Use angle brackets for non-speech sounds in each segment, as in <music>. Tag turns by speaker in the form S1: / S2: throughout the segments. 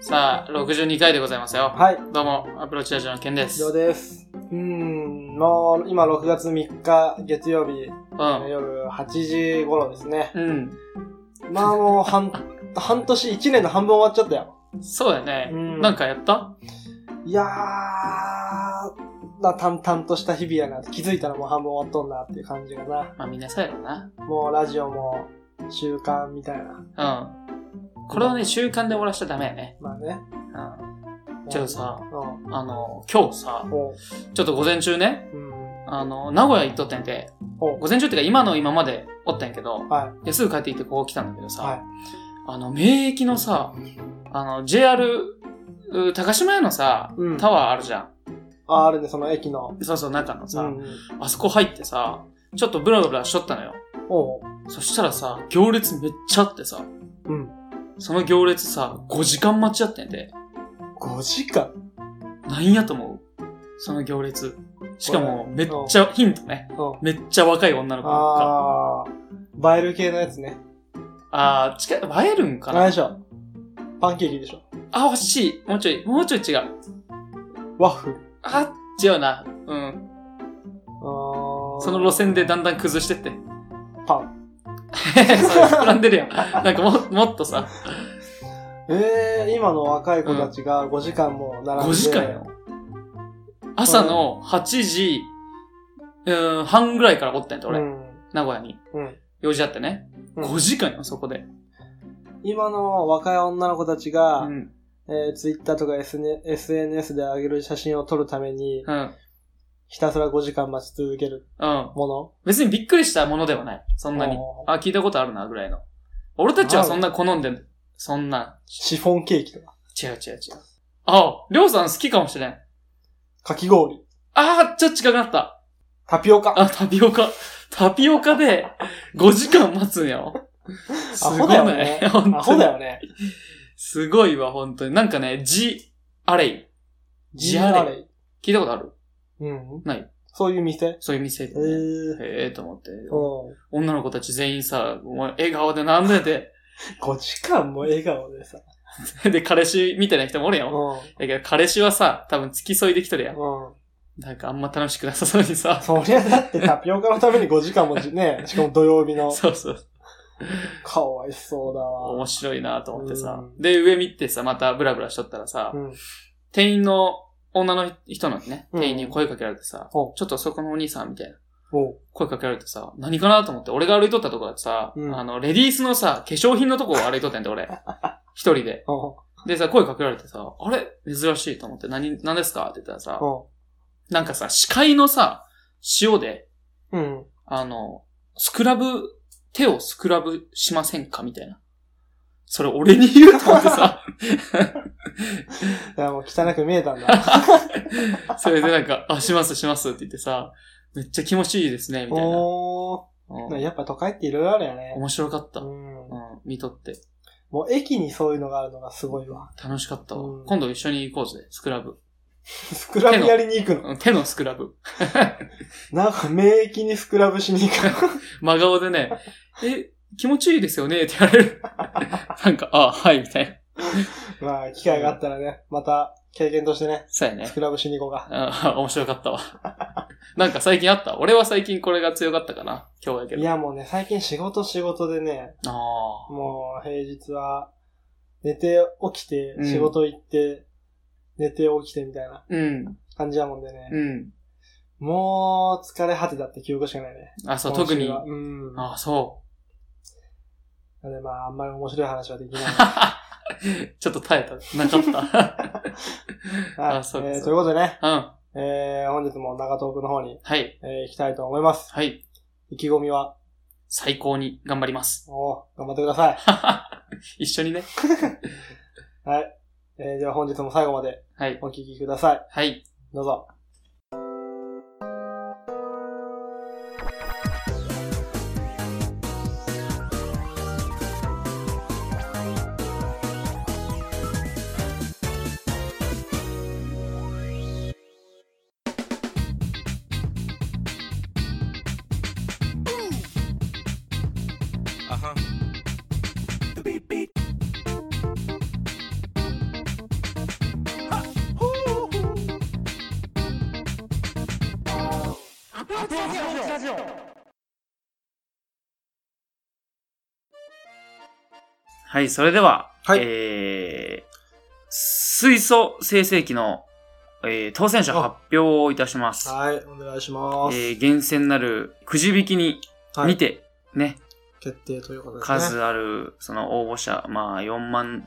S1: さあ、62回でございますよ。
S2: はい。
S1: どうも、アプローチラジオのケンです。
S2: 以上
S1: う
S2: です。うーん、もう、今6月3日、月曜日、
S1: ん。
S2: 夜8時頃ですね。
S1: うん。
S2: まあもう、半、 <laughs> 半年、1年の半分終わっちゃったよ。
S1: そうだね。
S2: うん
S1: なんかやった
S2: いやー、な、淡々とした日々やな。気づいたらもう半分終わっとんなっていう感じがな。
S1: まあみんなそうやろうな。
S2: もうラジオも、習慣みたいな。
S1: うん。これをね、習慣で終わらしちゃダメやね。
S2: まあね。
S1: うん。じゃあさ
S2: う
S1: あの、今日さ
S2: ん。、も
S1: ちょっと午前中ね、
S2: う、うん。
S1: あの、名古屋行っとったんやて、
S2: お
S1: 午前中っていうか今の今までおったんやけど、
S2: は
S1: ですぐ帰ってきてここ来たんだけど
S2: い。
S1: さ、
S2: はい。
S1: あの、名駅のさ、あの、JR、う高島屋のさ、
S2: うん
S1: タワーあるじゃ
S2: あ、あるね、その駅の。
S1: ん。そうそう、中のさ、
S2: うん。
S1: あそこ入ってさ、ちょっとブラブラしとったのよ。
S2: おう。
S1: そしたらさ、行列めっちゃあってさ、
S2: うん。
S1: その行列さ、5時間待ちやってんで、
S2: 5時間
S1: なんやと思うその行列。しかも、めっ
S2: れ
S1: ちゃ、ヒントね。
S2: うん。
S1: めっちゃ若い女の子が。
S2: あー、映える系のやつね。
S1: あー、近い、映えるんか
S2: あれ
S1: な
S2: でしょパンケーキでしょ
S1: あ、惜しい。もうちょい、もうちょい違う。
S2: ワッフル。
S1: あ、違うな。うん。そ
S2: そ
S1: の路線でだんだん崩してって。
S2: パン。
S1: <laughs> それ膨らんでるやん。なんかも、もっとさ、
S2: えー、今の若い子たちが5時間も並んで。
S1: 5時間よ。朝の8時、うん、半ぐらいからおったんやて、
S2: う
S1: 俺。
S2: ん。
S1: 名古屋に。
S2: うん
S1: 用事あってね。
S2: うん
S1: 5時間よ、そこで。
S2: 今の若い女の子たちが、
S1: うん。
S2: えー、Twitter とか SN SNS で上げる写真を撮るために、
S1: うん。
S2: ひたすら5時間待ち続ける
S1: うん。
S2: もの。
S1: 別にびっくりしたものではない。そんなに
S2: お。ー
S1: あ、聞いたことあるな、ぐらいの。俺たちはそんな好んで、そんな。
S2: シフォンケーキとか、
S1: 違う違う違う。あ、りょうさん好きかもしれん。
S2: かき氷、
S1: あー、ちょっと近くなった。
S2: タピオカ。
S1: あ、タピオカ。タピオカで5時間待つんやろ。す
S2: ア
S1: ご
S2: ホ
S1: い
S2: だよね。
S1: 本当に
S2: アホだよね。
S1: すごいわ、本当に。なんかね、ジ・アレイ。ジアレイ。
S2: イ。
S1: 聞いたことある
S2: うん。
S1: ない。
S2: そういう店
S1: そういう店
S2: え
S1: で、ね。
S2: ー。
S1: へえと思って。
S2: うん。
S1: 女の子たち全員さ、お前笑顔で並んでて。 <laughs>
S2: 5時間も笑顔でさ。
S1: で、彼氏みたいな人もおるや。
S2: うんん。
S1: だけど、彼氏はさ、多分付き添いできとるやん。
S2: うん。
S1: なんかあんま楽しくなさそうにさ。
S2: そりゃだってタピオカのために5時間もじ <laughs> ね、しかも土曜日の。
S1: そうそう。
S2: かわいそうだわ。
S1: 面白いなと思ってさ
S2: う。ん
S1: で、上見てさ、またブラブラしとったらさ、
S2: うん。
S1: 店員の女の人のね、
S2: うん
S1: 店員に声かけられてさ、
S2: お
S1: ちょっとそこのお兄さんみたいな
S2: おう
S1: 声かけられてさ、何かなと思って、俺が歩いとったとこだってさ、
S2: うん
S1: あの、レディースのさ、化粧品のとこを歩いとったんで
S2: <laughs>
S1: 俺。一人で。
S2: おう
S1: でさ、声かけられてさ、あれ珍しいと思って、何、何ですかって言ったらさ、
S2: お
S1: なんかさ、視界のさ、塩で、
S2: ううん。
S1: あの、スクラブ、手をスクラブしませんかみたいな。それ俺に言うと思って
S2: <laughs>
S1: さ、
S2: いや、もう汚く見えたんだ。
S1: それでなんか、あ、しますしますって言ってさ、めっちゃ気持ちいいですね、みたいな。
S2: <laughs> お
S1: うん
S2: ー。やっぱ都会っていろいろあるよね。
S1: 面白かった。
S2: う
S1: うん、
S2: ん。
S1: 見とって。
S2: もう駅にそういうのがあるのがすごいわ。
S1: 楽しかったわ。
S2: うん
S1: 今度一緒に行こうぜ、スクラブ。
S2: スクラブやりに行くの。
S1: うん手のスクラブ。
S2: なんか免疫にスクラブしに行くの。 <laughs>
S1: 真顔でね、え、気持ちいいですよねって言われる。 <laughs> なんか、あはい、みたいな。
S2: まあ、機会があったらね、また経験としてね、
S1: そうや
S2: ス
S1: ね。
S2: クラブしに行こうか。
S1: あ面白かったわ。なんか最近あった俺は最近これが強かったかな。今日やけ
S2: い
S1: ど。あ
S2: や、もうね、最近仕事仕事でね、
S1: あ
S2: もう平日は寝て起きて
S1: うん
S2: 仕事行って、寝て起きてみたいな
S1: ー。うん。
S2: 感じやもんでね。
S1: うん。
S2: もう疲れ果てたって記憶しかないね。
S1: あ、そう、
S2: 今
S1: 特
S2: 週
S1: に。
S2: は
S1: あ
S2: うん。な
S1: あ、そ
S2: のでまああんまり面白い話はで
S1: <laughs>
S2: きない。
S1: う。ちょっと耐えた。なかった。
S2: はい
S1: あそうか
S2: え
S1: そう
S2: ー
S1: か
S2: ということでね、
S1: <laughs> うん。は
S2: えー、本日も長東区の方に、
S1: い。
S2: えー行きたいと思います。
S1: はい。
S2: 意気込みは、
S1: 最高に頑張ります。 <laughs>
S2: お頑張ってください。
S1: 一緒にね。
S2: はい。えー、では本日も最後まで
S1: はい。
S2: お聞きください。
S1: はい。
S2: どうぞ。
S3: Uh huh. 発音ラジオ
S1: はい、それでは、
S2: はい
S1: えー、水素生成器の、えー当選者発表をいたします。
S2: はい、お願いします。
S1: えー、厳選なるくじ引きに、
S2: はい
S1: 見て、ね、
S2: 決定ということですね。
S1: 数ある、その応募者、まあ、4万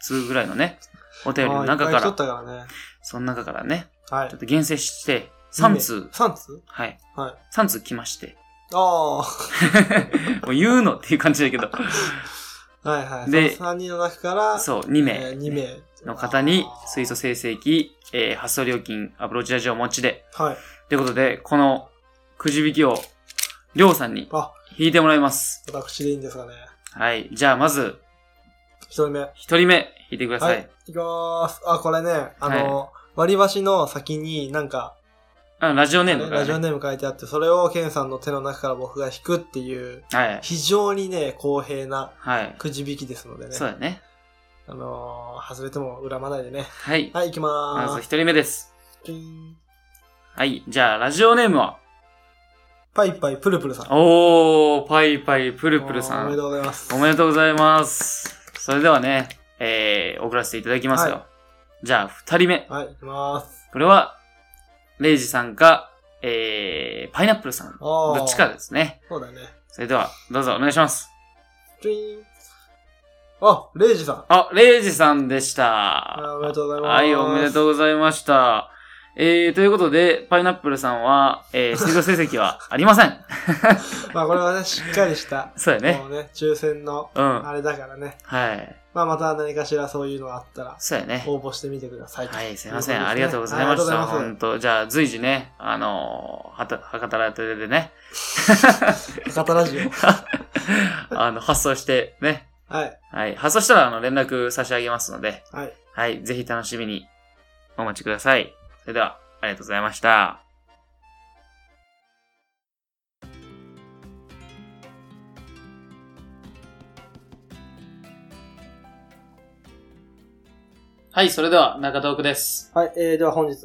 S1: 通ぐらいのね、お便りの中
S2: まあいっぱい
S1: か
S2: 来とっ
S1: ら、
S2: たからね。
S1: その中からね、
S2: はい
S1: ちょっ。と厳選して、3通、
S2: 3通
S1: はい、
S2: はい。
S1: 3通来まして、 <laughs>
S2: あ
S1: もう言うのっていう感じだけ
S2: <laughs>
S1: ど、
S2: あ。はいはい。
S1: で
S2: その3人の中から、
S1: そう、2名。
S2: えー2名。
S1: の方に水素生成器、えー発送料金、アプローチラジオをお持ちで。
S2: はい。
S1: ということで、このくじ引きを、りょうさんに
S2: あ
S1: 引いてもらいます。
S2: 私でいいんですかね。
S1: はい。じゃあ、まず、
S2: 1人目。
S1: 一人目、引いてくださ。
S2: はいい。いきまーす。あ、これね、あの、割り箸の先になんか、
S1: あラジオネームから、
S2: ラジオ
S1: ね。
S2: ネーム書いてあって、それをケンさんの手の中から僕が引くっていう、
S1: はい。
S2: 非常にね、公平な
S1: はい。
S2: くじ引きですのでね。
S1: そうだね。
S2: あのー、外れても恨まないでね。
S1: はい。
S2: はい、いきま
S1: まず
S2: ー
S1: 一
S2: す。
S1: 人目です。
S2: ピン
S1: はい。じゃあ、ラジオネームは、
S2: パイパイプルプルさん。
S1: おー、パイパイプルプルさ
S2: お
S1: ん。
S2: めでとうございます。
S1: おめでとうございます。それではね、えー、送らせていただきますよ。
S2: は
S1: じゃあ、二人目。
S2: はい、いきまーす。
S1: これは、レイジさんか、えー、パイナップルさん。
S2: あー
S1: どっちかですね。
S2: そうだね。
S1: それでは、どうぞお願いします。
S2: チュイーン。あ、レイジさん。
S1: あ、レイジさんでし
S2: あ
S1: た。
S2: おめでとうございます。
S1: はい、おめでとうございました。えー、ということで、パイナップルさんは、え
S2: <laughs>
S1: ー、水道成績はありません。
S2: まあこれはね、しっかりした、
S1: そうやね
S2: も。うね、抽選の、
S1: うん。
S2: あれだからね。
S1: はい。
S2: まあまた何かしらそういうのがあったら、
S1: そうやね。
S2: 応募してみてください。
S1: はい、すいません。ありがとうございまし
S2: あり
S1: た。
S2: がとうござい
S1: 本当じゃあ、随時ね、あのー、はた、博多ラテでね、 <laughs>
S2: ます。博多ラジオ。
S1: あの、発送して、ね。
S2: はい。
S1: はい。発送したら、あの、連絡差し上げますので、
S2: はい。
S1: はい、ぜひ楽しみにお待ちください。それでは、ありがとうございました。はい、それでは、中東区です。
S2: はい。えー、では本日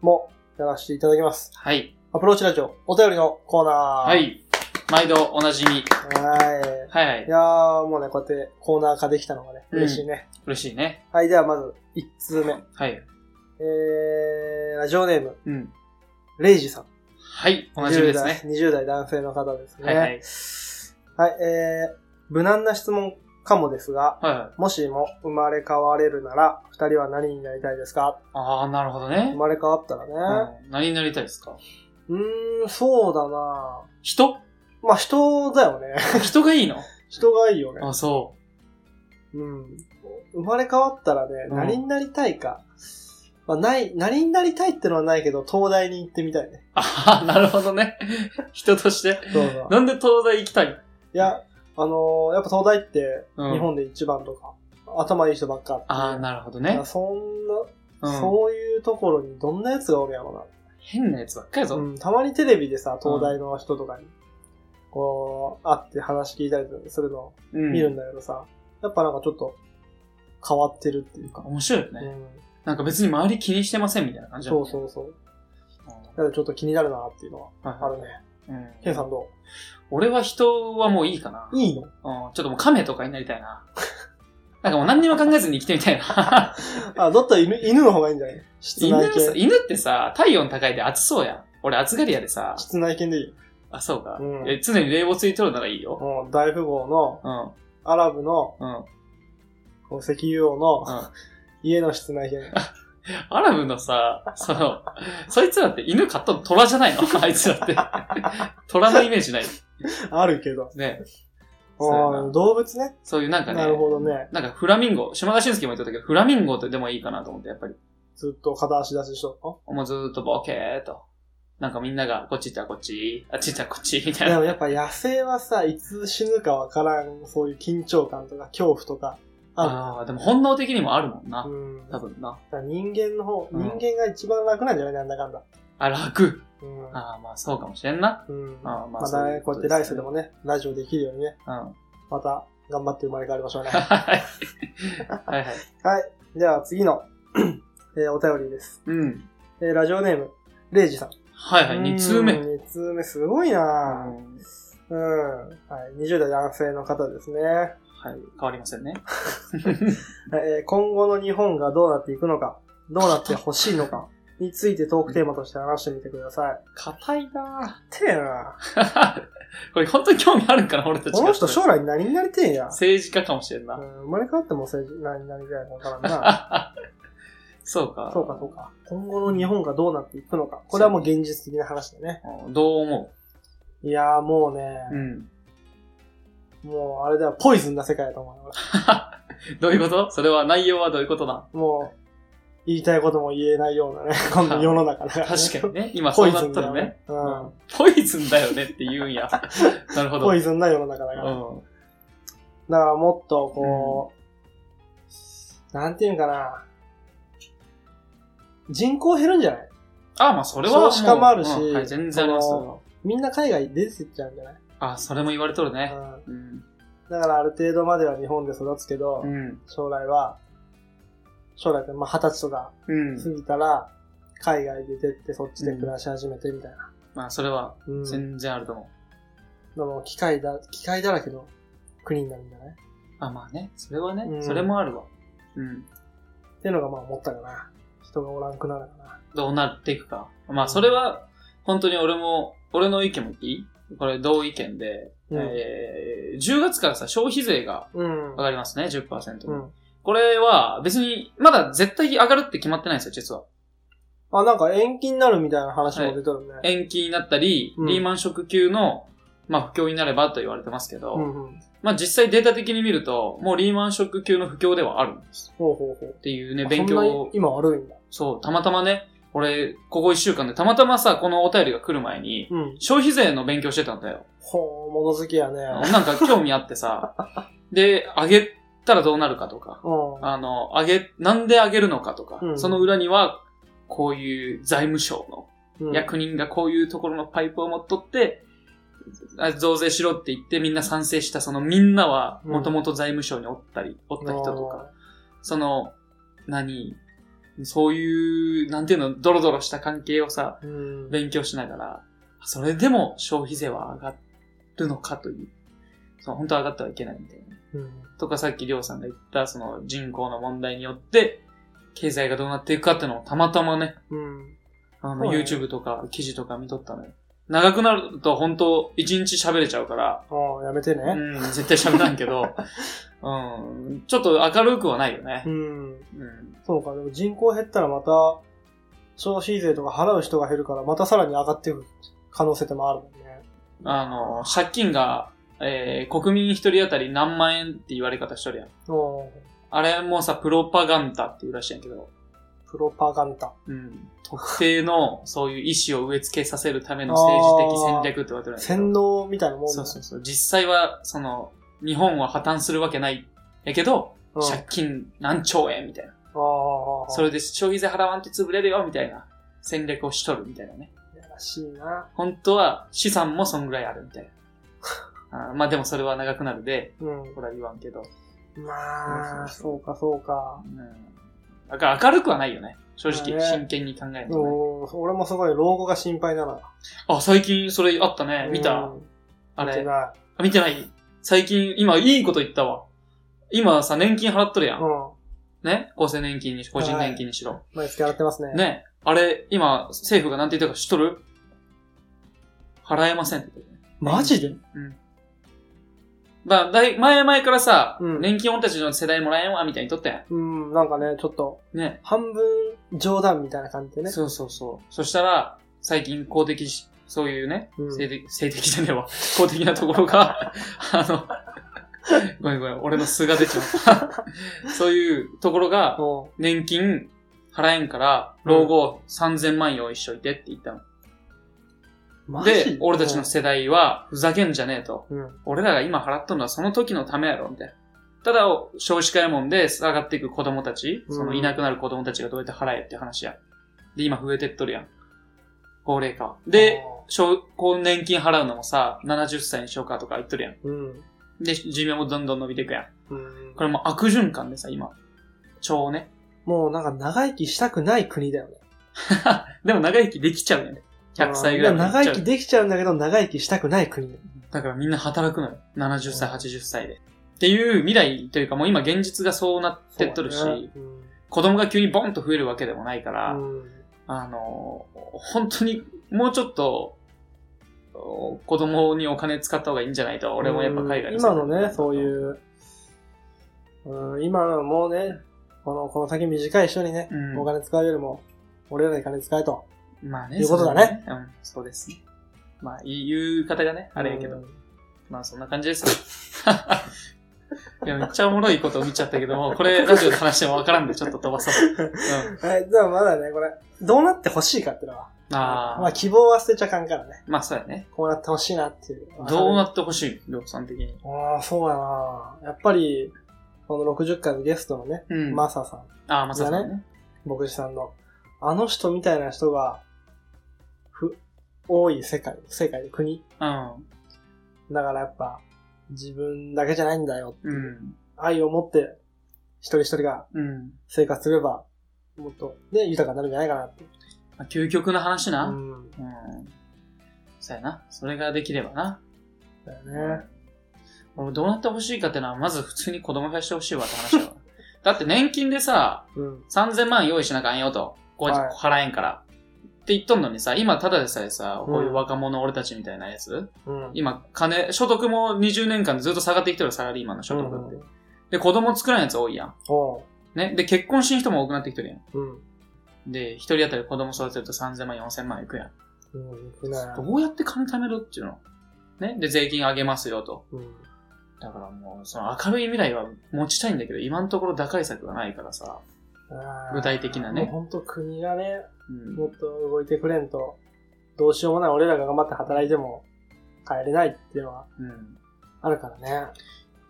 S2: もやらせていただきます。
S1: はい、
S2: アプローチラジオ、お便りのコーナー。
S1: は。い、毎度おなじみ。
S2: は。
S1: はいはい
S2: い
S1: い、
S2: やー、もうね、こうやってコーナー化できたのがね、
S1: うん
S2: 嬉しいね。
S1: 嬉しいね。
S2: はい。ではまず、1通目。
S1: はい。
S2: えー、ラジオネーム、
S1: うん。
S2: レイジさん。
S1: はい、おなじみですね。
S2: 20代。20代男性の方ですね。
S1: はいはい。
S2: はい、えー、無難な質問かもですが、
S1: はいはい。
S2: もしも生まれ変われるなら、二人は何になりたいですか
S1: ああ、なるほど
S2: 生
S1: ね。
S2: まれ変わったらね。
S1: うん何になりたいですか
S2: うーん、そうだな
S1: 人
S2: まあ人だよね。 <laughs>
S1: 人がいいの
S2: 人がいいよね。
S1: あ、そ
S2: うん。生まれ変わったらね、
S1: うん
S2: 何になりたいか。まあない、何になりたいってのはないけど、東大に行ってみたいね
S1: う。。ああ、なるほどね。人として。
S2: どうぞ。
S1: なんで東大行きたい
S2: いや、あのーやっぱ東大って、
S1: うん
S2: 日本で一番とか、頭いい人ばっかっていう。
S1: ああ、なるほど
S2: い
S1: ね
S2: や。そんな、
S1: うん、
S2: そういうところにどんなやつがおるやろ
S1: 変なやつばっかりや
S2: な、
S1: ぞ。
S2: うん。たまにテレビでさ、東大の人とかに、こう、会って話聞いたりするのを
S1: うん
S2: 見るんだけどさ、やっぱなんかちょっと変わってるっていうか。
S1: 面白いよ
S2: う
S1: ね。
S2: ん、
S1: なんか別に周り気にしてませんみたいな感じだ
S2: そう
S1: もんね
S2: そうそう。
S1: うん
S2: だからちょっと気になるなっていうのはあ
S1: はい
S2: るね。
S1: うん
S2: ケンさんど
S1: 俺は人はもういいかな。
S2: ういい
S1: うん
S2: の
S1: ちょっともう亀とかになりたいな。 <laughs> なんかもう何にも考えずに生きてみたい
S2: <laughs>
S1: な。
S2: あ、だったら犬、犬の方がいいんじゃない室
S1: 犬
S2: 内
S1: はさ
S2: 犬。
S1: 犬ってさ、体温高いで暑そうやん。俺暑がりやでさ、
S2: 室内犬でいいよ。
S1: あ、そうか。
S2: うん
S1: え常に冷房ついとるならいいよ。
S2: もう大富豪の、
S1: うん、
S2: アラブの、
S1: うん、うん。
S2: こう石油王の家の室内犬。
S1: アラブのさ、その、そいつらって犬飼ったの虎じゃないの <laughs> あいつらって。虎のイメージない。
S2: <laughs> あるけど。
S1: ね。そうや
S2: あ
S1: な
S2: ー動物ね。
S1: そういうなんかね
S2: な、るほどね。
S1: なんかフラミンゴ、島田紳介も言っとったけど、フラミンゴってでもいいかなと思って、やっぱり。
S2: ずっと片足出ししと
S1: もうずーっとボケーっと。なんかみんなが、こっち行ったらこっち、あっち行ったらこっち、みたい
S2: る <laughs> で
S1: な。
S2: もやっぱ野生はさ、いつ死ぬかわからん、そういう緊張感とか恐怖とかあ
S1: ああ、でも本能的にもあるもんな
S2: る。。うん。
S1: 多
S2: だか
S1: 分な。
S2: ら人間の方、
S1: うん
S2: 人間が一番楽なんじゃないなんだかんだ。
S1: あ、楽。
S2: うん。
S1: ああ、まあそうかもしれんな。
S2: うん、
S1: あーまあ
S2: ま
S1: そう
S2: た
S1: い
S2: ね
S1: うこ
S2: こうや
S1: と
S2: っ
S1: で
S2: て
S1: すね
S2: 来世でもね、ラジオできるようにね、
S1: うん。は
S2: また頑張って生まれ変わりましょうね。
S1: いはい。はいはい。
S2: じゃあ次の、 <clears throat> えーお便りです。
S1: うん。
S2: えーラジオネーム、レイジさん。
S1: はいはい。二通目。
S2: 2つ目すごいな
S1: は、
S2: ぁうん。はい。20代男性の方ですね。はい
S1: 変わりませんね。
S2: いえー今後の日本がどうなっていくのか、どうなってほしいのか、についてトークテーマとして話してみてください。
S1: 硬いな
S2: てえな
S1: ぁこれ本当に興味あるんかな、俺たちが。
S2: この人将来何になりてえんや。
S1: 政治家かもしれん
S2: う
S1: な。 <laughs>
S2: ん、生まれ変わっても政治、何々ぐらいのからんな。
S1: そうか。
S2: そうかそうか。今後の日本がどうなっていくのか。これはもう現実的な話だね。
S1: うんどう思
S2: いやーもうね、
S1: ううん。 <laughs>
S2: もうあれではポイズンな世界だと思うよ。
S1: どういうことそれは内容はどういうことだ
S2: もう、言いたいことも言えないようなね、この世の中だから、
S1: 確かにね。今
S2: ポ
S1: そう
S2: イ
S1: な
S2: ズ
S1: っ
S2: ン
S1: た
S2: だよ
S1: らね。
S2: ね。うん。
S1: ポイズンだよねって言
S2: <laughs>
S1: うんや。なるほど。
S2: ポイズンな世の中だから。だ
S1: うん。
S2: からもっとこう、なんていうんかな、人口減るんじゃない
S1: あ、まあそれはもう。
S2: 少子化もあるし
S1: うんはい全然あります
S2: そのみんな海外出てっちゃうんじゃない、
S1: あ、それも言われとるね。
S2: う
S1: うん。
S2: ん、だからある程度までは日本で育つけど、
S1: うん。
S2: 将来は、将来って、まあ、二十歳とか
S1: うん。
S2: 過ぎたら、海外出てって、そっちで暮らし始めてみたいな。
S1: まあそれは
S2: うん。で
S1: 全然あると思う。
S2: も、機械だ、機械だらけの国になるんじゃないっ
S1: あ、まあね。それはね、
S2: うん
S1: それもあるわ。うん。
S2: ていうのが、まあ、思ったかな。人がおらんくなるかな。
S1: どうなっていくか。まあそれは、本当に俺も、俺の意見もいいこれ同意見で、
S2: うん
S1: えー、10月からさ、消費税が
S2: うん
S1: 上。がりますね、10%に。
S2: うん。
S1: これは、別に、まだ絶対上がるって決まってないんですよ、実は。
S2: あ、なんか延期になるみたいな話も出てるね。
S1: 延期になったり、
S2: うん
S1: リーマンショック級の、まあ、不況になればと言われてますけど、
S2: うんうん。
S1: まあ、実際データ的に見ると、もうリーマンショック級の不況ではあるんです。
S2: ほうほうほう。
S1: っていうね、
S2: あ
S1: 勉
S2: そん
S1: 強
S2: な
S1: を
S2: に、今悪いんだ。
S1: そう、たまたまね、俺、ここ一週間で、たまたまさ、このお便りが来る前に、
S2: うん。
S1: 消費税の勉強してたんだよ。
S2: ほう、物好きやね。
S1: なんか興味あってさ、で、上げたらどうなるかとか、
S2: うん。
S1: あの、上げ、なんで上げるのかとか、
S2: うん
S1: その裏には、こういう財務省の
S2: うん
S1: 役人がこういうところのパイプを持っとって、あ増税しろって言ってみんな賛成した、そのみんなは、もともと財務省におったり、おった人とか、その、何、そういう、なんていうの、ドロドロした関係をさ、
S2: うん。
S1: 勉強しながら、それでも消費税は上がるのかという、そう本当は上がってはいけないみたいな。
S2: うん。
S1: とかさっきりょうさんが言った、その人口の問題によって、経済がどうなっていくかってのをたまたまね、
S2: うん。
S1: あ
S2: そ
S1: の、
S2: うね
S1: YouTube とか記事とか見とったのよ。長くなると本当一日喋れちゃうから、
S2: ああ、やめて
S1: う
S2: ね。
S1: ん、絶対喋らんけ
S2: <laughs>
S1: ど、うん、ちょっと明るくはないよね
S2: う。ん。
S1: うん、
S2: そうか、でも人口減ったらまた、消費税とか払う人が減るから、またさらに上がっていく可能性ってもあるもんね。
S1: あの、借金が、えー、国民一人当たり何万円って言われ方しとるやん。
S2: うん。
S1: あれもさ、プロパガンダっていうらしいんやけど、
S2: プロパガンダ。
S1: うん、特定のそういう意思を植え付けさせるための政治的戦略って言われてるんやけど。
S2: 洗脳みたいなもんだ
S1: そうそうそう。実際は、その、日本は破綻するわけない。やけど、
S2: うん
S1: 借金何兆円みたいな。
S2: ああああ、
S1: それで消費税払わんと潰れるよみたいな戦略をしとるみたいなね。
S2: やらしいな。
S1: 本当は資産もそんぐらいあるみたい <laughs> な。あーまあでもそれは長くなるで、
S2: うん
S1: こ。れは言わんけど。
S2: まあ、
S1: そ
S2: そうかそうか
S1: う。ん。だから明るくはないよね。正直、
S2: まあ
S1: 真
S2: ね
S1: 剣に考える
S2: で
S1: とね。
S2: も俺もすごい老後が心配なの。
S1: あ、最近それあったね。見た、
S2: うん
S1: あ
S2: 見
S1: れ
S2: て。ない。
S1: あ見てない最近、今いいこと言ったわ。今さ、年金払っとるやん
S2: うん。。
S1: ね厚生年金にし、個人年金にしろ。
S2: 毎月洗ってますね。。
S1: ねあれ、今、政府がなんて言ったか知っとる払えませんって言ってるね
S2: マジで
S1: うん。まあ、だい、前々からさ、
S2: うん
S1: 年金俺たちの世代もらえんわ、みたいに言っとったや
S2: うん、なんかね、ちょっと、
S1: ん。ね
S2: 半分冗談みたいな感じでね。
S1: そうそうそう。そしたら、最近公的し、そういうね、
S2: うん
S1: 性的、性的じゃねえわ。公的なところが、あの、ごめんごめん、俺の素が出ちゃった。そういうところが、
S2: うん。
S1: 年金払えんから、老後3000万用意しといてって言ったの。
S2: マジ
S1: で、俺たちの世代は、ふざけんじゃねえと。
S2: うん。
S1: 俺らが今払っとるのはその時のためやろ、みたいな。ただ、少子化やもんで下がっていく子供たち、
S2: うん
S1: そのいなくなる子供たちがどうやって払えって話や。で、今増えてっとるやん。高齢化。で、小、こう年金払うのもさ、70歳にしようかとか言っとるやん。
S2: うん、
S1: で、寿命もどんどん伸びていくやん。
S2: うん
S1: これもう悪循環でさ、今。超ね。
S2: もうなんか長生きしたくない国だよね。
S1: でも長生きできちゃうやん。 100歳ぐらいまで行
S2: 長
S1: っちゃ
S2: 生
S1: う
S2: きできちゃうんだけど、長生きしたくない国。
S1: だからみんな働くのよ。70歳、80歳で。っていう未来というかもう今現実がそうなってっとるし、
S2: そうだねうん
S1: 子供が急にボンと増えるわけでもないから、
S2: うん
S1: あの、本当にもうちょっと、お子供にお金使った方がいいんじゃないと、俺もやっぱ海外
S2: うん
S1: に
S2: 今のね、そういう、うん、今のもうね、この、この先短い人にね、
S1: うん
S2: お金使うよりも、俺らに金使えと。
S1: まあね。
S2: いうことだ
S1: そ
S2: ね
S1: うだね。うん、そうですね。まあ、言う方がね、あれやけど、
S2: うん。
S1: まあそんな感じですね。 <laughs> いや、めっちゃおもろいことを見ちゃったけども、これラジオで話してもわからんで、ちょっと飛ばそう。うん。
S2: はい、でもまだね、これ、どうなってほしいかってのは。
S1: あ
S2: まあ
S1: あ、
S2: 希望は捨てちゃかんからね。
S1: まあそうやね。
S2: こうなってほしいなっていう。
S1: どうなってほしい、りょうさん的に。
S2: ああ、そうやなやっぱり、この60回のゲストのね、
S1: うん。
S2: マサさん、
S1: ああ、まささんね。
S2: 牧師さんの、あの人みたいな人が、ふ、多い世界、世界、国
S1: うん。
S2: だからやっぱ、自分だけじゃないんだよって
S1: う
S2: いう、
S1: ん。
S2: 愛を持って、一人一人が
S1: うん。
S2: 生活すれば、もっと、ね、豊かになるんじゃないかなって。
S1: まあ究極の話な。う
S2: う
S1: ん。
S2: ん。
S1: そうやな。それができればな。
S2: だよね。
S1: 俺どうなってほしいかってのは、まず普通に子供増やしてほしいわって話だわ。だって年金でさ、
S2: うん。
S1: 3000万用意しなあかんよと。こうやって払えんから。って言っとんのにさ、今ただでさえさ、こういう若者俺たちみたいなやつ、
S2: うん。
S1: 今金、所得も20年間でずっと下がってきてるサラリーマンの所得って。
S2: うん
S1: で、子供作らんやつ多いやん。
S2: おう。
S1: ね。で、結婚しん人も多くなってきてるやん。
S2: うん。
S1: で、一人当たり子供育てると3000万、4000万いくやん。
S2: うん。いくな
S1: どうやって金貯めろっていうのね。で、税金上げますよと。
S2: うん。
S1: だからもう、その明るい未来は持ちたいんだけど、今のところ打開策がないからさ。
S2: あー
S1: 具体的なね
S2: もう本当国がね、
S1: うん。
S2: もっと動いてくれんと、どうしようもない俺らが頑張って働いても、帰れないっていうのは
S1: うん。
S2: あるからね。
S1: <laughs>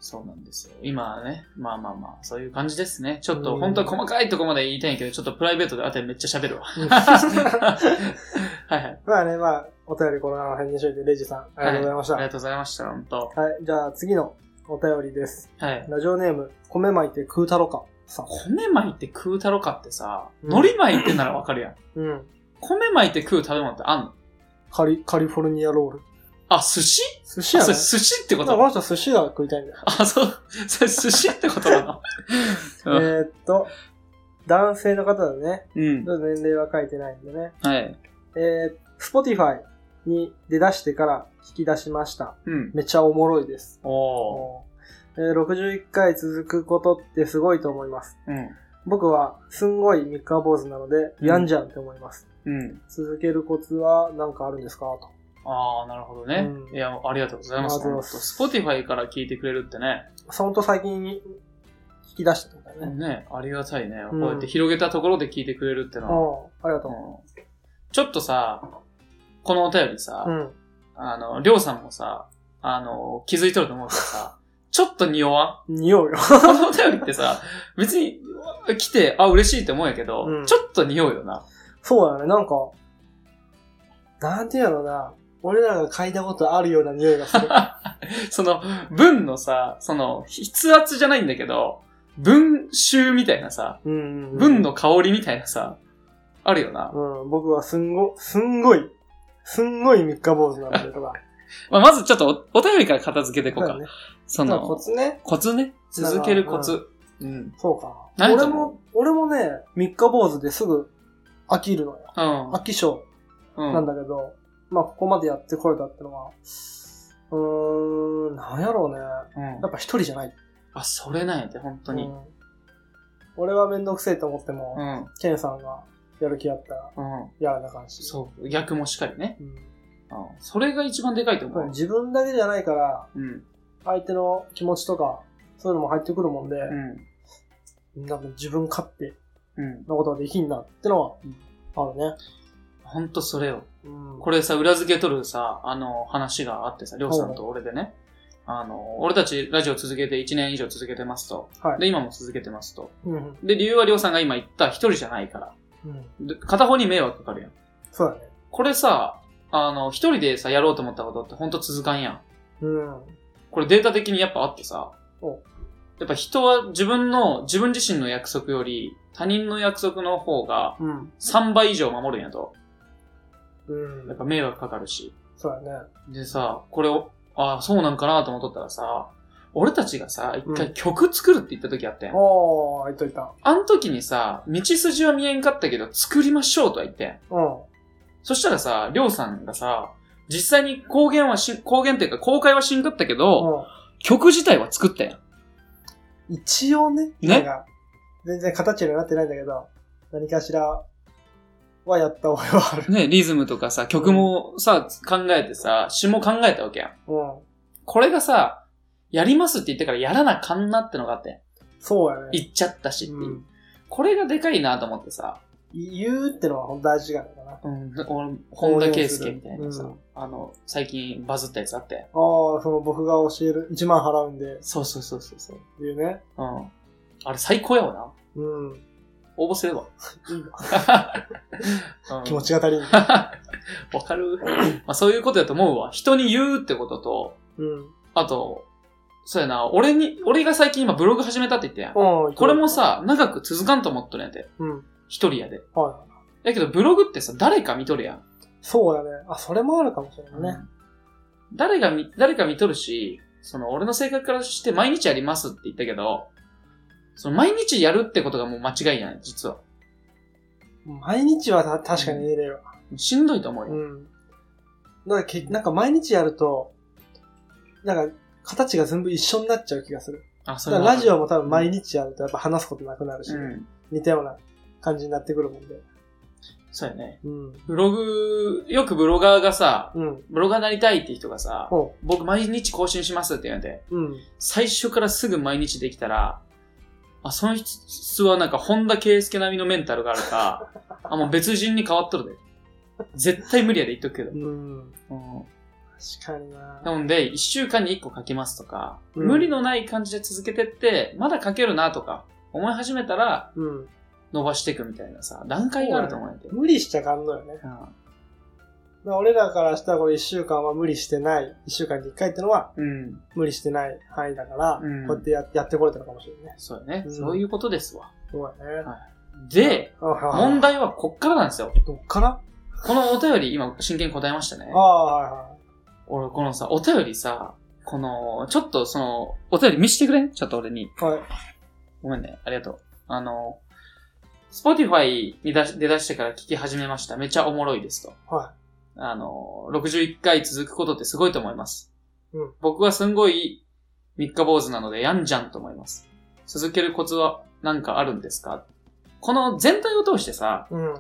S1: そうなんですよ。今はね、まあまあまあ、そういう感じですね。ちょっと、本当は細かいとこまで言いたいんやけど、ちょっとプライベートで後でめっちゃ喋るわ。
S2: <laughs>
S1: はいはい。
S2: まあね、まあ、お便りこの辺にしといて、レイジさん、ありがとうございました。
S1: ありがとうございました、本当
S2: はい、じゃあ次のお便りです。
S1: はい。
S2: ラジオネーム、米巻いて食うたろかさん。
S1: 米巻いて食うたろかってさ、
S2: うん
S1: 海苔巻いてんならわかるやん。
S2: うん。
S1: 米巻いて食う食べ物ってあんの
S2: カリ、カリフォルニアロール。
S1: あ、寿司
S2: 寿司
S1: あ
S2: や
S1: そ
S2: ね
S1: れ。寿司ってこ
S2: だ
S1: と
S2: からこの人寿司が食いたいんだよ。
S1: あ、そう、それ寿司ってことな
S2: <laughs>
S1: の
S2: え
S1: うん
S2: ーっと、男性の方だね。
S1: うん
S2: ち。ょっと年齢は書いてないんでね。
S1: はい。
S2: えー、Spotify に出だしてから聞き出しました。
S1: うん。
S2: めちゃおもろいです。
S1: おー。
S2: えー61回続くことってすごいと思います。
S1: うん。
S2: 僕はすんごい三日坊主なので、
S1: うん
S2: 病んじゃうって思います。
S1: うん。
S2: 続けるコツは何かあるんですかと。
S1: ああ、なるほどね。
S2: うん
S1: いや、ありがとうございます。
S2: ありがとうございます
S1: スポティファイから聞いてくれるってね。
S2: ほんと最近に聞き出してたんだね。
S1: ね、ありがたいね。
S2: うん
S1: こうやって広げたところで聞いてくれるって
S2: う
S1: のは。
S2: ん、ありがとう。
S1: うんちょっとさ、このお便りさ、
S2: うん。
S1: あの、りょうさんもさ、あの、気づいとると思うけど
S2: <laughs>
S1: さ、ちょっと匂わ
S2: 匂う
S1: ん
S2: よ。
S1: このお便りってさ、別にうわ来て、あ、嬉しいって思うんやけど、
S2: うん
S1: ちょっと匂うよな。
S2: <laughs> そうだね、なんか、なんていうのな、俺らが嗅いだことあるような匂いがする。
S1: その、文のさ、その、筆圧じゃないんだけど、文集みたいなさ、
S2: うんうん。
S1: 文。の香りみたいなさ、あるよな。
S2: うん、僕はすんご、すんごい、すんごい三日坊主なんだよと
S1: <laughs>
S2: か。
S1: まあ、まずちょっとおお便りから片付けていこう
S2: だ
S1: か。
S2: ね
S1: そ
S2: だからコ
S1: の、
S2: ツね。
S1: コツね。続けるコツ。うん。うん。
S2: そうか。
S1: ないと
S2: 俺
S1: 思
S2: も、俺もね、三日坊主ですぐ飽きるのよ。
S1: うん。
S2: 飽き性
S1: うん
S2: なんだけど、まあここまでやってこれたってのは、うーん、なんやろうね。やっぱ一人じゃない。
S1: あ、それなんやて、本当
S2: う
S1: に。
S2: ん俺はめんどくせえと思っても、
S1: うん。
S2: ケンさんがやる気あったら
S1: うん。
S2: やらな感じ。
S1: そう。逆もしっかりね。
S2: うん。
S1: うん。それが一番でかいと
S2: やっ
S1: 思
S2: ぱり
S1: う。
S2: 自分だけじゃないから、
S1: うん。
S2: 相手の気持ちとか、そういうのも入ってくるもんで、
S1: うん。
S2: なんか自分勝手
S1: うん。
S2: なことができんなってのはあるね。
S1: ほんとそれを。
S2: うん。
S1: こ
S2: れ、
S1: れさ、裏付け取るさ、あの、話があってさ、りょうさんと俺でね。あの、俺たちラジオ続けて1年以上続けてますと。
S2: はい。
S1: で、今も続けてますと。
S2: うんうん。
S1: で、理由はりょうさんが今言った一人じゃないから。
S2: うん。
S1: で片方に迷惑かかるやん。
S2: そうだね。
S1: これさ、あの、一人でさ、やろうと思ったことってほんと続かんやん。
S2: うん。
S1: これデータ的にやっぱあってさ
S2: お、
S1: やっぱ人は自分の、自分自身の約束より他人の約束の方が
S2: うん。
S1: 3倍以上守るんやと。
S2: ううん
S1: やっ。ぱ迷惑かかるし。
S2: そうやね。
S1: でさ、これを、ああ、そうなんかなと思っとったらさ、俺たちがさ、一回曲作るって言った時あったやん。
S2: おー、言っといた。
S1: あの時にさ、道筋は見えんかったけど、作りましょうとは言ってん。
S2: うん。
S1: そしたらさ、りょうさんがさ、実際に公言はし、公言っていうか公開はしんかったけど、
S2: う
S1: 曲自体は作ったやん。
S2: ん。一応ね、
S1: ね
S2: なんか、全然形にはなってないんだけど、何かしらはやった覚えはある。
S1: ね、リズムとかさ、曲もさ、考えてさ、詞も考えたわけやん。
S2: う
S1: これがさ、やりますって言ってからやらなかんなってのがあって、
S2: ん。そうやね。
S1: 言っちゃったしっていう。
S2: うん
S1: これがでかいなと思ってさ、
S2: 言うってのはほんと大事なのかな。あ
S1: うん、俺、本田圭佑みたいなさ、
S2: うん
S1: あの、最近バズったやつあって。
S2: あー、その僕が教える、1万払うんで、
S1: そうそうそうそうそう。
S2: っていうね。
S1: うん。あれ最高やわな。
S2: うん。
S1: 応募すれば。
S2: いいな
S1: うん
S2: <laughs> 気持ちが足り
S1: <laughs>
S2: ん。
S1: わかるまあそういうことやと思うわ。人に言うってことと、
S2: うん。
S1: あと、そうやな、俺に、俺が最近今ブログ始めたって言ってんやん。
S2: うん。
S1: これも、さ、長く続かんと思っとるんやて。
S2: うん。
S1: 一人やで。
S2: は
S1: だけどブログってさ、誰か見とるやん。
S2: い。そうやね。あ、それもあるかもしれないね。
S1: 誰が見、誰か見とるし、その俺の性格からして毎日やりますって言ったけど、その毎日やるってことがもう間違いやん、実は。
S2: 毎日はた確かに入れるわ。
S1: しんどいと思うよ。
S2: うん。だからけ、なんか毎日やると、なんか、形が全部一緒になっちゃう気がする。
S1: あ、そ
S2: だからラジ
S1: オ。
S2: オも多分毎日やるとやっぱ話すことなくなるし、
S1: うん。
S2: 似たような感じになってくるもんで。
S1: そうやね。
S2: うん。
S1: ブログ、よくブロガーがさ、
S2: うん。
S1: ブロガーになりたいって人がさ、
S2: ほ
S1: 僕毎日更新しますって言われて、
S2: う。うん。
S1: 最初からすぐ毎日できたら、あ、その人はなんか本田圭佑並みのメンタルがある
S2: <laughs>
S1: か、あ、もう別人に変わっとるで。絶対無理やで言っとくけど。
S2: うん。
S1: うん。
S2: 確かにな
S1: なので、一週間に一個書きますとか、
S2: うん
S1: 無理のない感じで続けてって、まだ書けるなとか、思い始めたら
S2: うん。
S1: 伸ばしていくみたいなさ、段階があると思うんやけど。
S2: 無理しちゃかんのよね。だから俺らからしたらこれ一週間は無理してない。一週間に一回ってのは
S1: うん。うん
S2: 無理してない範囲だから、
S1: うん
S2: こうやってややってこれたのかもしれないね。
S1: そうよね、
S2: うん
S1: そういうことですわ。
S2: そうだね。
S1: で、
S2: あ
S1: 問。題はこっからなんですよ。
S2: どっから
S1: このお便り、今、真剣に答えましたね
S2: あ。あ、はいは
S1: 俺、このさ、お便りさ、この、ちょっとその、お便り見してくれんちょっと俺に。
S2: い。はい。
S1: ごめんね。ありがとう。あの、Spotify に出し出だしてから聞き始めました。めちゃおもろいですと。
S2: は
S1: あの、61回続くことってすごいと思います。
S2: うん
S1: 僕はすんごい三日坊主なのでやんじゃんと思います。続けるコツはなんかあるんですかこの全体を通してさ、
S2: い。うん。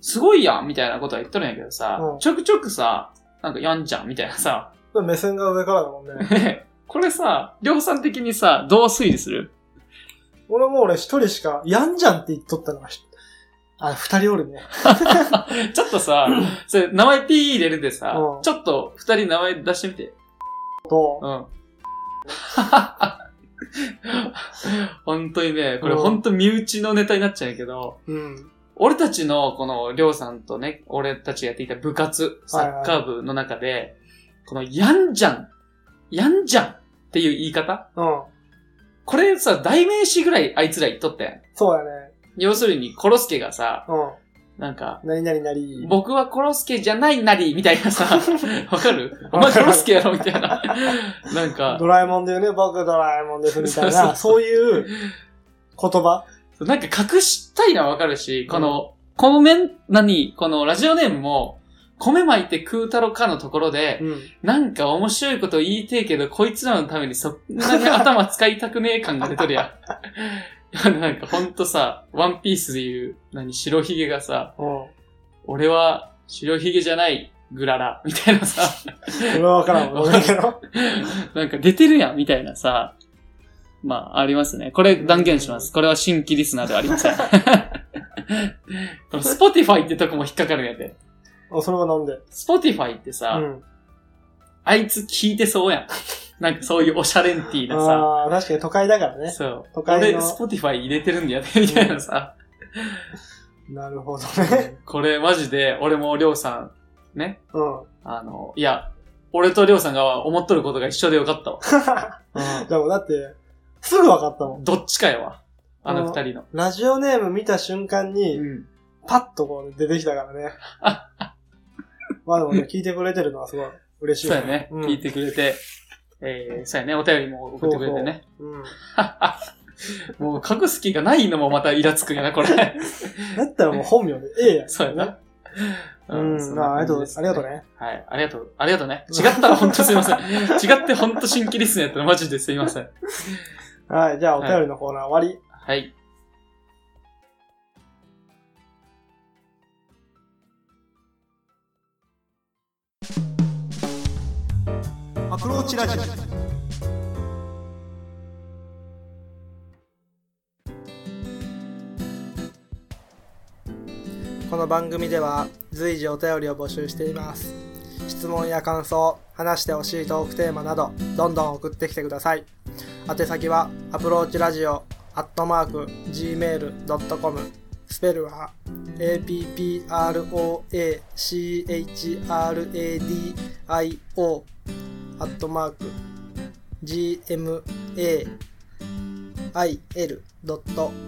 S1: すごいやんみたいなことは言っとるんやけどさ、
S2: うん
S1: ちょくちょくさ、なんかやんじゃんみたいなさ、
S2: でも目線が上からだもんね。
S1: <laughs> これさ、量産的にさ、どう推理する <laughs>
S2: 俺も俺一人しか、やんじゃんって言っとったのがし、あ、二人おるね。
S1: ちょっとさ、
S2: <laughs>
S1: それ名前ピー入れるでさ、
S2: うん
S1: ちょっと二人名前出してみて。
S2: と、
S1: うん。 <laughs> 本当にね、これ
S2: うん
S1: 本当身内のネタになっちゃうけど、
S2: うん。
S1: 俺たちのこのりょうさんとね、俺たちがやっていた部活、サッカー部の中で、このやんじゃん、やんじゃんっていう言い方
S2: うん。
S1: これさ、代名詞ぐらいあいつら言っとったやん。
S2: そうやね。
S1: 要するに、コロスケがさ、
S2: う
S1: なんか、
S2: ん。なになになり。
S1: 僕はコロスケじゃないなり、みたいなさ、 <laughs> わかるお前コロスケやろみたい <laughs> な。なんか
S2: ド、ラえもんだよね、僕ドラえもんです、みたい
S1: そうそう
S2: な、そういう言葉。
S1: なんか隠したいのはわかるし、この、この面、何、このラジオネームも、米巻いて食うたろかのところで、
S2: うん。
S1: なんか面白いこと言いてえけど、こいつらのためにそんなに頭使いたくねえ感が出とるやん。いやなんか <laughs> ほんとさ、ワンピースで言う、何、白ひげがさ、
S2: うん。
S1: 俺は白ひげじゃない、グララ、みたいなさ、
S2: 俺はわからん、俺だ
S1: <laughs>
S2: けど。
S1: なんか出てるやん、みたいなさ。まあ、ありますね。これ断言します。これは新規リスナーではありません。こ <laughs> の Spotify ってとこも引っかかるんやで。
S2: あ、それはなんで
S1: Spotify ってさ、
S2: うん。
S1: あいつ聞いてそうやん。なんかそういうオシャレンティーなさ。
S2: ああ、確かに都会だからね。
S1: そう。
S2: 都会
S1: 俺
S2: の
S1: Spotify 入れてるんだよね、みたいなさ。
S2: なるほどね。
S1: これマジで、俺もりょうさん、ね。
S2: うん。
S1: あの、いや、俺とりょうさんが思っとることが一緒でよかったわ。
S2: でもだって、すぐわかったもん。
S1: どっちかやわ。あの二人の。
S2: ラジオネーム見た瞬間に、
S1: うん <laughs>
S2: パッとこう出てきたからね。まあでもね、聞いてくれてるのはすごい嬉しい
S1: そうやね。
S2: うん
S1: 聞いてくれて、えー、そうやね。お便りも送ってくれてね。
S2: うん。だ
S1: <laughs> もう書く隙がないのもまたイラつくよな、
S2: <laughs>
S1: これ。
S2: ったらもう本名で、ええやん。
S1: そうやな。
S2: うん、
S1: ま
S2: まあ、ありがとう、ありがとう
S1: ね。
S2: ね。
S1: はい、ありがとう、ありがとうね。違ったら本当すいませ
S2: <laughs>
S1: ん。違って本当新規リスナーやったらマジですいません。
S2: はい、じゃあお便りのコーナー終わり。
S1: はい。
S2: アプローチラジオ。この番組では随時お便りを募集しています。質問や感想、話してほしいトークテーマなど、どんどん送ってきてください。宛先は、アプローチラジオ、アットマーク、gmail.com、スペルは、approachradio、アットマーク、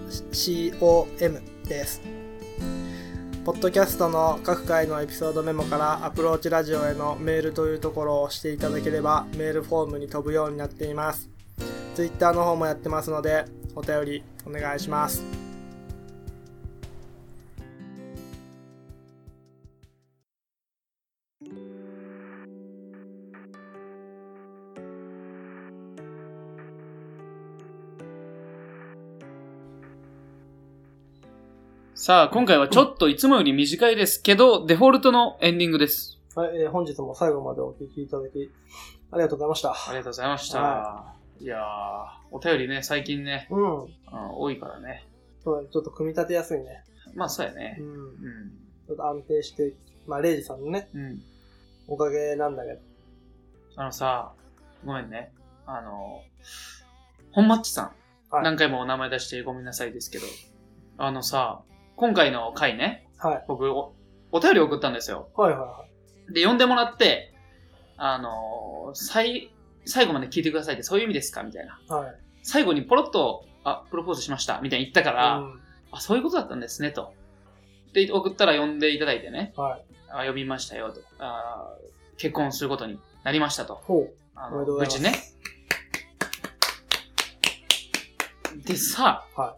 S2: gmail.com です。ポッドキャストの各回のエピソードメモからアプローチラジオへのメールというところを押していただければメールフォームに飛ぶようになっています。ツイッターの方もやってますのでお便りお願いします。
S1: さあ、今回はちょっといつもより短いですけど、デフォルトのエンディングです。
S2: はい、えー本日も最後までお聞きいただきありがとうございました。
S1: ありがとうございました
S2: は。
S1: いやー、お便りね、最近ね、
S2: うん。
S1: うん多いからね。
S2: そうだねちょっと組み立てやすいね。
S1: まあ、そうやね
S2: う。ん
S1: う。
S2: ちょっと安定して、まあ、レイジさんのね、
S1: ん。うん。
S2: おかげなんだけど。
S1: あのさ、ごめんね。あの、本マッチさん。
S2: はい
S1: 何回もお名前出してごめんなさいですけど。あのさ、今回の回ね、
S2: はい。
S1: 僕お、お便り送ったんですよ。
S2: はいはいはい。
S1: で、呼んでもらって、あのー最、最後まで聞いてくださいって、そういう意味ですかみたいな。
S2: はい。
S1: 最後にポロッと、あ、プロポーズしました。みたいに言ったから、あ、そういうことだったんですね、と。で、送ったら呼んでいただいてね、
S2: うん、はい。
S1: あ呼びましたよ、と。あ結婚することになりましたと。
S2: ほう。
S1: あ
S2: おめ
S1: の
S2: でとうご
S1: 無
S2: ざい
S1: 事
S2: ま
S1: ね。でさ、
S2: は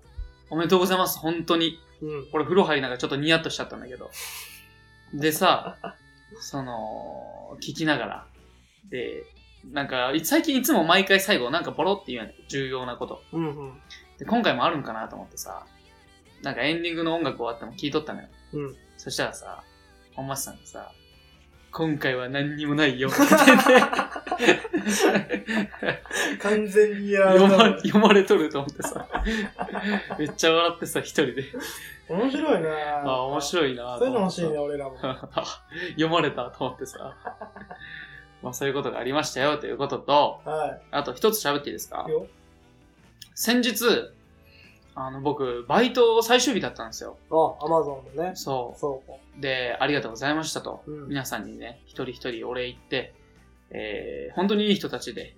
S1: おめでとうございます、本当に。
S2: うん。
S1: 俺風呂入りながらちょっとニヤッとしちゃったんだけど。でさ、
S2: <laughs>
S1: その、聞きながら。で、なんか、い最近いつも毎回最後なんかボロって言うやん。重要なこと。
S2: うんうん。
S1: <laughs> で、今回もあるんかなと思ってさ、なんかエンディングの音楽終わっても聞いとったのよ。
S2: うん。
S1: そしたらさ、本町さんがさ、今回は何にもない
S2: <laughs>
S1: よって言ってて
S2: 完全にやられ
S1: 読
S2: た
S1: ま
S2: ね
S1: 読まれとると思ってさ、 <laughs> めっちゃ笑ってさ、一人で。
S2: 面白いね。
S1: あ、面白いな
S2: そうい
S1: と思
S2: うの
S1: っ
S2: 欲
S1: て
S2: しいね、俺らも。
S1: <laughs> 読まれたと思ってさ。まあそういうことがありましたよということと、
S2: は
S1: あと一つ喋っていいですか
S2: い。いいよ。
S1: 先日、あの僕、バイト最終日だったんですよ。
S2: あ、アマゾンのね。
S1: そ
S2: そうか。
S1: う。で、ありがとうございましたと。
S2: うん
S1: 皆さんにね、一人一人お礼言って、えー、本当にいい人たちで、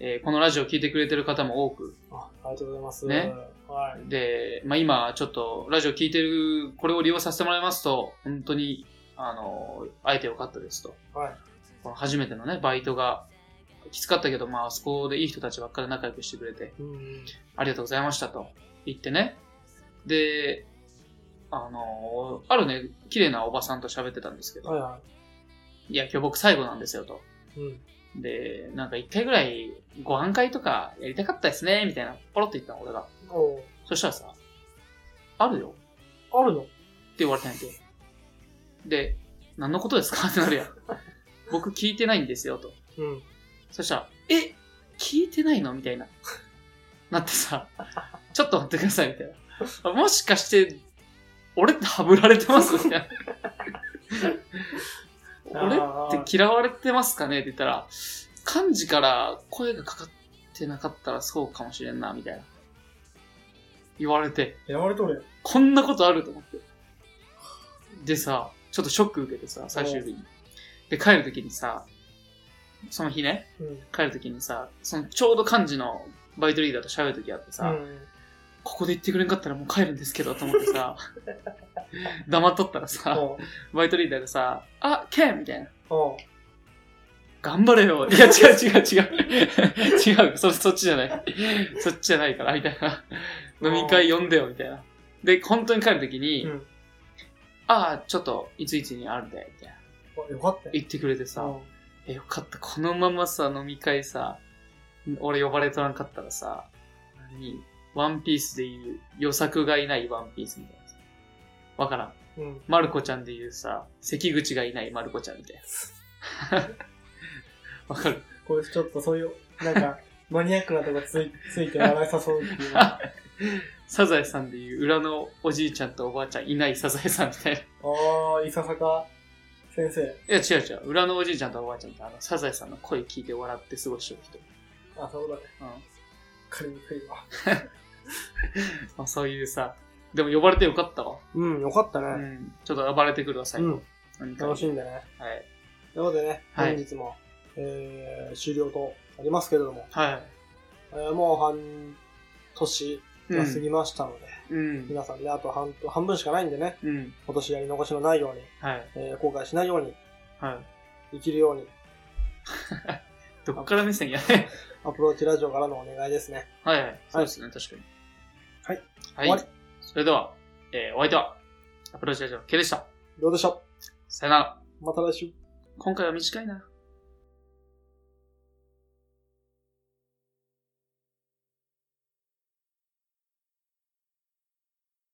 S1: えーこのラジオ聞いてくれてる方も多く、
S2: あ、ありがとうございます。
S1: ね。
S2: はい。
S1: で、まあ、今、ちょっと、ラジオ聞いてる、これを利用させてもらいますと、本当に、あの、会えてよかったですと。
S2: はい
S1: この初めてのね、バイトが、きつかったけど、まあ、あそこでいい人たちばっかり仲良くしてくれて、
S2: うんうん。
S1: ありがとうございましたと言ってね。で、あの、あるね、綺麗なおばさんと喋ってたんですけど、
S2: はいはい
S1: や、今日僕最後なんですよと。
S2: い。うん。
S1: で、なんか一回ぐらいご飯会とかやりたかったですね、みたいな、ポロって言ったの、俺が。
S2: おう
S1: そしたらさ、あるよ。
S2: あるの
S1: って言われてないと。で、何のことですか <laughs> ってなるやん。僕聞いてないんですよ、と。
S2: うん。
S1: そしたら、え聞いてないのみたいな。なってさ、ちょっと待ってください、みたいな。もしかして、俺ってはぶられてますみたいな。俺って嫌われてますかねって言ったら、漢字から声がかかってなかったらそうかもしれんな、みたいな。言われて。
S2: 嫌われとるやん
S1: こんなことあると思って。でさ、ちょっとショック受けてさ、最終日に。で、帰るときにさ、その日ね、
S2: うん。
S1: 帰るときにさ、そのちょうど漢字のバイトリーダーと喋るときあってさ、
S2: うん。
S1: ここで言ってくれんかったらもう帰るんですけど、と思って
S2: <laughs>
S1: さ、黙っとったらさ、
S2: おう
S1: バイトリーダーがさ、あ、ケンみたいな。
S2: おう
S1: 頑張れよ。いや、違う違う違う。違う。そ、そっちじゃない。そっちじゃないから、みたいな。飲み会呼んでよ、みたいな。で、本当に帰るときに、
S2: うん
S1: ああ、ちょっと、いついつにあるんだよ、みたいな。
S2: およかったよ。
S1: 言ってくれてさ、
S2: うん
S1: え、よかった。このままさ、飲み会さ、俺呼ばれとらんかったらさ、何ワンピースで言う、予作がいないワンピースみたいなさ。わからん。
S2: うん。
S1: マルコちゃんで言うさ、関口がいないマルコちゃんみたいな。
S2: <laughs>
S1: わかる
S2: こういうちょっとそういう、な
S1: <laughs>
S2: んか、マニアックなとこついついて笑い誘うっていうのは。
S1: サザエさんでいう裏のおじいちゃんとおばあちゃんいないサザエさんみたいな。い
S2: ああ、いささか先生。
S1: や違う違う。裏のおじいちゃんとおばあちゃんってあのサザエさんの声聞いて笑って過ごしとる人。
S2: あ、そうだね。
S1: うん。
S2: わかりにくいわ。
S1: まあ、そういうさ、でも呼ばれてよかったわ。
S2: うん、よかった
S1: う
S2: ね。
S1: ん。ちょっと暴れてくるわ、最
S2: う
S1: 後。
S2: ん、
S1: 何か
S2: 楽しんでね。
S1: はい。
S2: ということでね、
S1: はい
S2: 本日も、えー、終了となりますけれども、
S1: はい。
S2: えーもう半年が過ぎましたので、
S1: うん。
S2: 皆さんね、あと半半分しかないんでね、
S1: うん。
S2: 今年やり残しのないように、
S1: はい。
S2: えー後悔しないように、
S1: はい。
S2: 生きるように、
S1: どっから目線やね。
S2: アプローチラジオからのお願いですね。
S1: <laughs> はい。そうですね、確かに。
S2: はい。
S1: はい。
S2: 終わり
S1: それでは、えー、お相手は、アプローチラジオの K でした。
S2: どうでしょ
S1: さよなら。
S2: うまた来週。
S1: 今回は短いな。